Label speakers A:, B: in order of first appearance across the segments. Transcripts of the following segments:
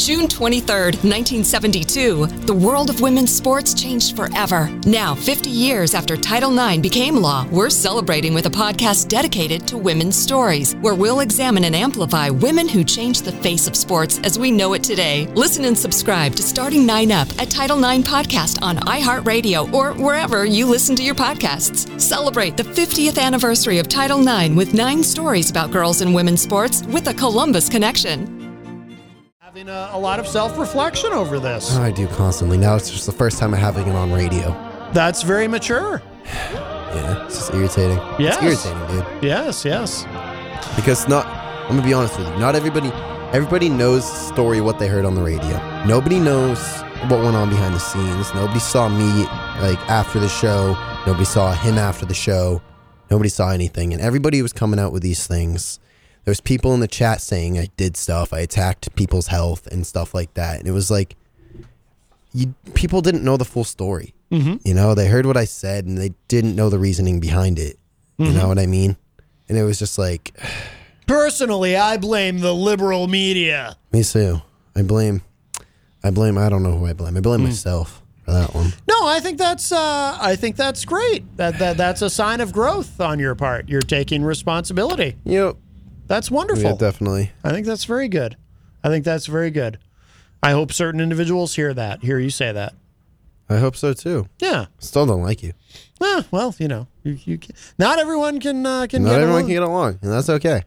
A: June 23rd, 1972, the world of women's sports changed forever. Now, 50 years after Title IX became law, we're celebrating with a podcast dedicated to women's stories, where we'll examine and amplify women who changed the face of sports as we know it today. Listen and subscribe to Starting Nine Up at Title IX Podcast on iHeartRadio or wherever you listen to your podcasts. Celebrate the 50th anniversary of Title IX with nine stories about girls and women's sports with a Columbus connection.
B: having a, a lot of self-reflection over this.
C: I do constantly. Now it's just the first time I'm having it on radio.
B: That's very mature.
C: Yeah, it's just irritating.
B: Yes.
C: It's irritating, dude.
B: Yes, yes.
C: Because not, I'm gonna be honest with you. Not everybody, everybody knows the story what they heard on the radio. Nobody knows what went on behind the scenes. Nobody saw me like after the show. Nobody saw him after the show. Nobody saw anything, and everybody was coming out with these things. There was people in the chat saying I did stuff. I attacked people's health and stuff like that, and it was like, you people didn't know the full story. You know, they heard what I said and they didn't know the reasoning behind it. You know what I mean? And it was just like,
B: Personally, I blame the liberal media.
C: me too. I blame, I blame, I don't know who I blame. I blame myself for that one.
B: No, I think that's uh, I think that's great. That, that that's a sign of growth on your part. You're taking responsibility.
C: Yep.
B: That's
C: Yeah,
B: wonderful.
C: definitely.
B: I think that's very good. I think that's very good. I hope certain individuals hear that. Hear you say that.
C: I hope so too.
B: Yeah.
C: Still don't like you.
B: Eh, well, you know, you, you can, not everyone can uh, can
C: Not
B: get
C: everyone
B: along.
C: can get along, and that's okay.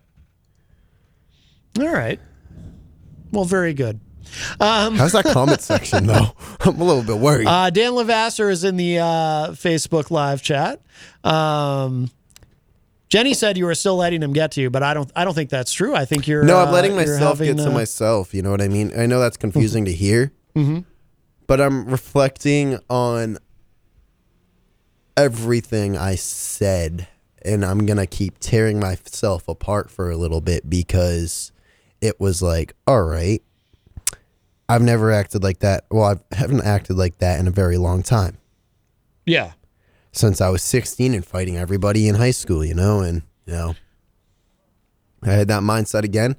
B: All right. Well, very good.
C: How's that comment section though? I'm a little bit worried.
B: Uh, Dan Lavasser is in the uh, Facebook live chat. Um, Jenny said you were still letting him get to you, but I don't. I don't think that's true. I think you're.
C: no, I'm letting
B: uh, you're
C: myself
B: having,
C: get to
B: uh,
C: myself. You know what I mean? I know that's confusing to hear, mm-hmm. but I'm reflecting on everything I said, and I'm gonna keep tearing myself apart for a little bit because it was like, all right, I've never acted like that. Well, I haven't acted like that in a very long time
B: Yeah.
C: since I was 16 and fighting everybody in high school, you know, and you know, I had that mindset again.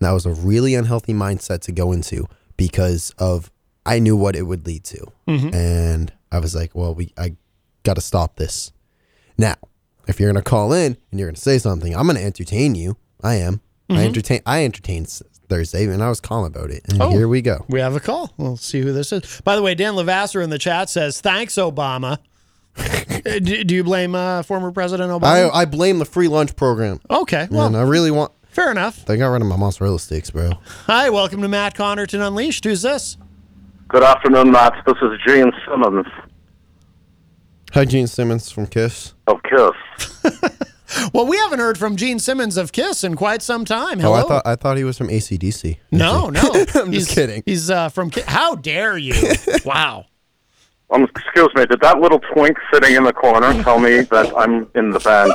C: And that was a really unhealthy mindset to go into because of I knew what it would lead to,
B: Mm-hmm.
C: and I was like, well, we I got to stop this now. If you're gonna call in and you're gonna say something, I'm gonna entertain you. I am.
B: Mm-hmm.
C: I entertain. I entertained s- Thursday, and I was calm about it. And
B: Oh.
C: here we go.
B: We have a call. We'll see who this is. By the way, Dan Lavasser in the chat says, "Thanks, Obama." Uh, do, do you blame uh, former President
C: I
B: Obama?
C: I blame the free lunch program,
B: okay. Well,
C: and I really want.
B: fair enough.
C: They got rid of my mozzarella sticks, bro.
B: Hi, welcome to Matt Connerton Unleashed. Who's this?
D: Good afternoon, Matt. This is Gene Simmons
C: Hi, Gene Simmons from Kiss.
D: of Kiss.
B: Well, we haven't heard from Gene Simmons of Kiss in quite some time.
C: Oh,
B: Hello.
C: I thought I thought he was from ACDC.
B: No, no.
C: I'm
B: he's,
C: just kidding.
B: He's uh, from. Ki- How dare you? wow.
D: Um, excuse me, did that little twink sitting in the corner tell me that I'm in the band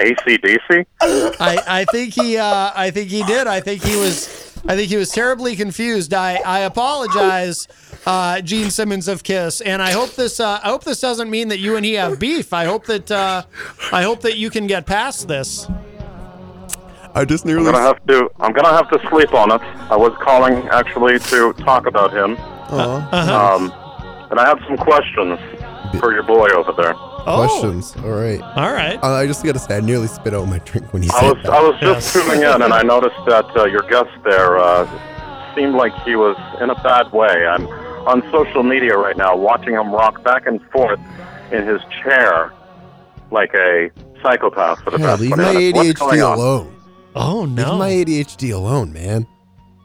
D: ACDC?
B: I, I think he uh, I think he did. I think he was I think he was terribly confused. I, I apologize, uh, Gene Simmons of Kiss, and I hope this uh, I hope this doesn't mean that you and he have beef. I hope that uh, I hope that you can get past this.
C: I just
D: I'm
C: nearly.
D: gonna have to. I'm gonna have to sleep on it. I was calling actually to talk about him, um, and I have some questions for your boy over there.
C: questions. All right.
B: Oh, All right.
C: Uh, I just gotta say, I nearly spit out my drink when he
D: I
C: said
D: was
C: that.
D: I was just tuning in, and I noticed that uh, your guest there uh, seemed like he was in a bad way. I'm on social media right now, watching him rock back and forth in his chair like a psychopath for the
C: Yeah,
D: past
C: leave
D: 20
C: my
D: minutes. What's going
C: ADHD
D: on?
C: alone.
B: Oh
C: Leave
B: no.
C: my ADHD alone, man.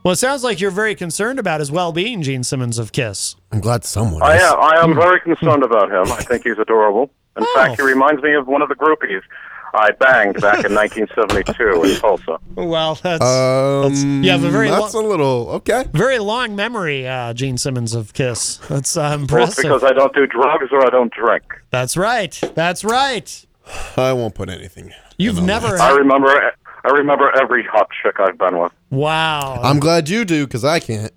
B: Well, it sounds like you're very concerned about his well-being, Gene Simmons of Kiss.
C: I'm glad someone.
D: I
C: is.
D: am. I am very concerned about him. I think he's adorable. In
B: Oh.
D: fact, he reminds me of one of the groupies. I banged back in 1972 in Tulsa.
B: Well, that's
C: Uh,
E: Um,
B: you have a very
E: That's
B: long-
E: a little okay.
B: very long memory, uh, Gene Simmons of Kiss. That's uh,
D: Both
B: impressive.
D: because I don't do drugs or I don't drink.
B: That's right. That's right.
E: I won't put anything.
B: You've never.
D: I
C: Uh,
D: remember. I remember every hot chick I've been with.
B: wow.
C: I'm glad you do because I can't.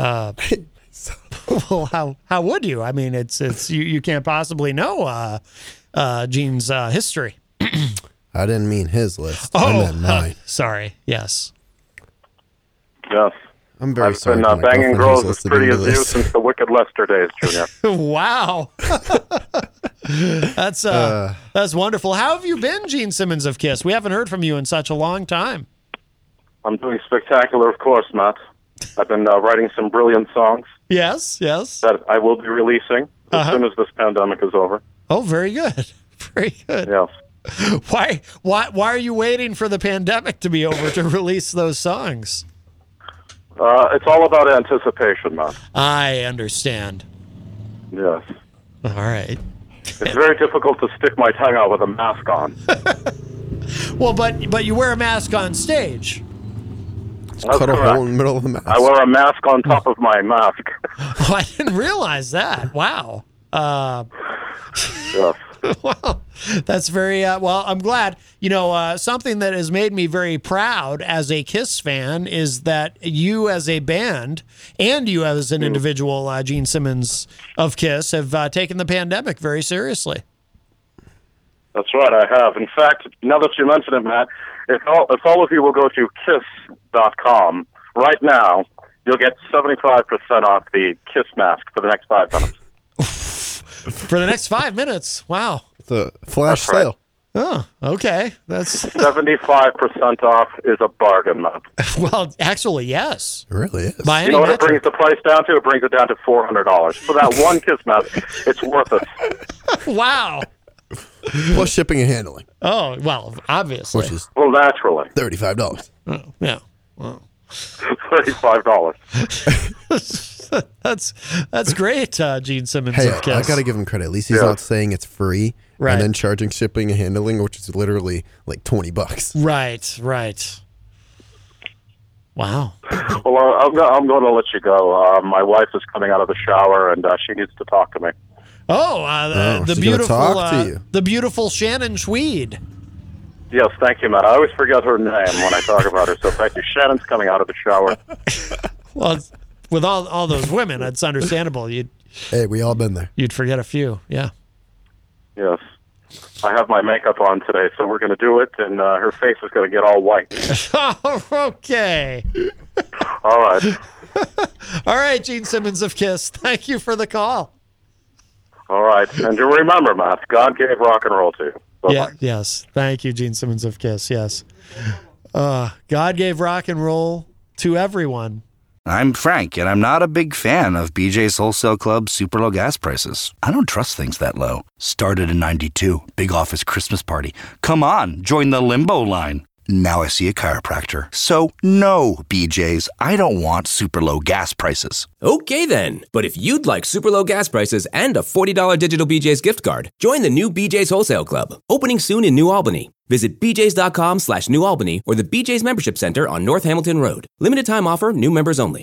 B: well, how how would you? I mean, it's it's you, you can't possibly know uh, uh, Gene's uh, history. Oh,
C: I didn't mean his list.
D: Oh.
C: I meant
B: huh,
C: mine.
B: sorry. Yes.
D: Yes.
C: I'm very
D: I've
C: sorry.
D: been
C: for
D: uh,
C: my
D: banging
C: girlfriend
D: girls
C: who's
D: as
C: listed
D: pretty
C: into
D: as you
C: this.
D: since the Wicked Lester days, Junior.
B: wow. that's uh, that's wonderful. How have you been, Gene Simmons of Kiss? We haven't heard from you in such a long time.
D: I'm doing spectacular, of course, Matt. I've been uh, writing some brilliant songs
B: Yes. Yes.
D: that I will be releasing as soon as this pandemic is over.
B: Oh, very good. Very good.
D: Yes.
B: Why why why are you waiting for the pandemic to be over to release those songs?
D: Uh, it's all about anticipation, Matt.
B: I understand.
D: Yes.
B: All right.
D: It's very difficult to stick my tongue out with a mask on.
B: Well, but but you wear a mask on stage.
D: That's
C: Cut a
D: correct.
C: hole in the middle of the mouth.
D: I wear a mask on top of my mask.
B: Oh, I didn't realize that. Wow. Uh,
D: Yes.
B: wow. That's very uh, well. I'm glad. You know, uh, something that has made me very proud as a Kiss fan is that you, as a band, and you as an individual, uh, Gene Simmons of Kiss, have uh, taken the pandemic very seriously.
D: That's right, I have. In fact, now that you mention it, Matt, if all, if all of you will go to kiss.com right now, you'll get 75% off the Kiss mask for the next five minutes.
B: For the next five minutes. Wow.
C: It's a flash
D: right.
C: sale.
B: Oh, okay. That's
D: 75% off is a bargain, Matt.
B: well, actually, yes.
C: It really is.
B: By
D: You
B: any
D: know what it
B: metric.
D: brings the price down to? It brings it down to $400. For that one Kiss mask, it's worth it.
B: Wow.
C: Plus shipping and handling,
B: Oh, well, obviously. Oh,
C: which is
D: Well, naturally,
C: thirty-five dollars.
B: yeah.
D: $35.
B: That's that's great, uh, Gene Simmons
C: Hey,
B: of
C: I
B: Kiss.
C: gotta give him credit. At least he's
D: Yeah.
C: not saying it's free,
B: Right.
C: and then charging shipping and handling, which is literally like twenty bucks.
B: right, right. Wow.
D: Well, uh, I'm, go- I'm going to let you go. Uh, my wife is coming out of the shower, and uh, she needs to talk to me.
B: Oh, uh,
C: Oh,
B: the
C: she's gonna
B: beautiful
C: talk to
B: uh,
C: you.
B: the beautiful Shannon Tweed.
D: Yes, thank you, Matt. I always forget her name when I talk about her, so thank you. Shannon's coming out of the shower.
B: Well, it's- with all all those women, it's understandable you'd
C: Hey, we all been there.
B: you'd forget a few. Yeah.
D: Yes. I have my makeup on today, so we're going to do it, and uh, her face is going to get all white.
B: okay.
D: All right.
B: All right, Gene Simmons of Kiss. Thank you for the call.
D: All right. And you remember, Matt, God gave rock and roll to you. Bye-bye.
B: Yeah. Yes. Thank you, Gene Simmons of Kiss. Yes. Uh, God gave rock and roll to everyone.
F: I'm Frank, and I'm not a big fan of BJ's Wholesale Club's super low gas prices. I don't trust things that low. Started in 92, big office Christmas party. Come on, join the limbo line. Now I see a chiropractor. So, no, BJ's, I don't want super low gas prices.
G: Okay then, but if you'd like super low gas prices and a $40 digital BJ's gift card, join the new BJ's Wholesale Club, opening soon in New Albany. Visit bjs.com slash New Albany or the BJ's Membership Center on North Hamilton Road. Limited time offer, new members only.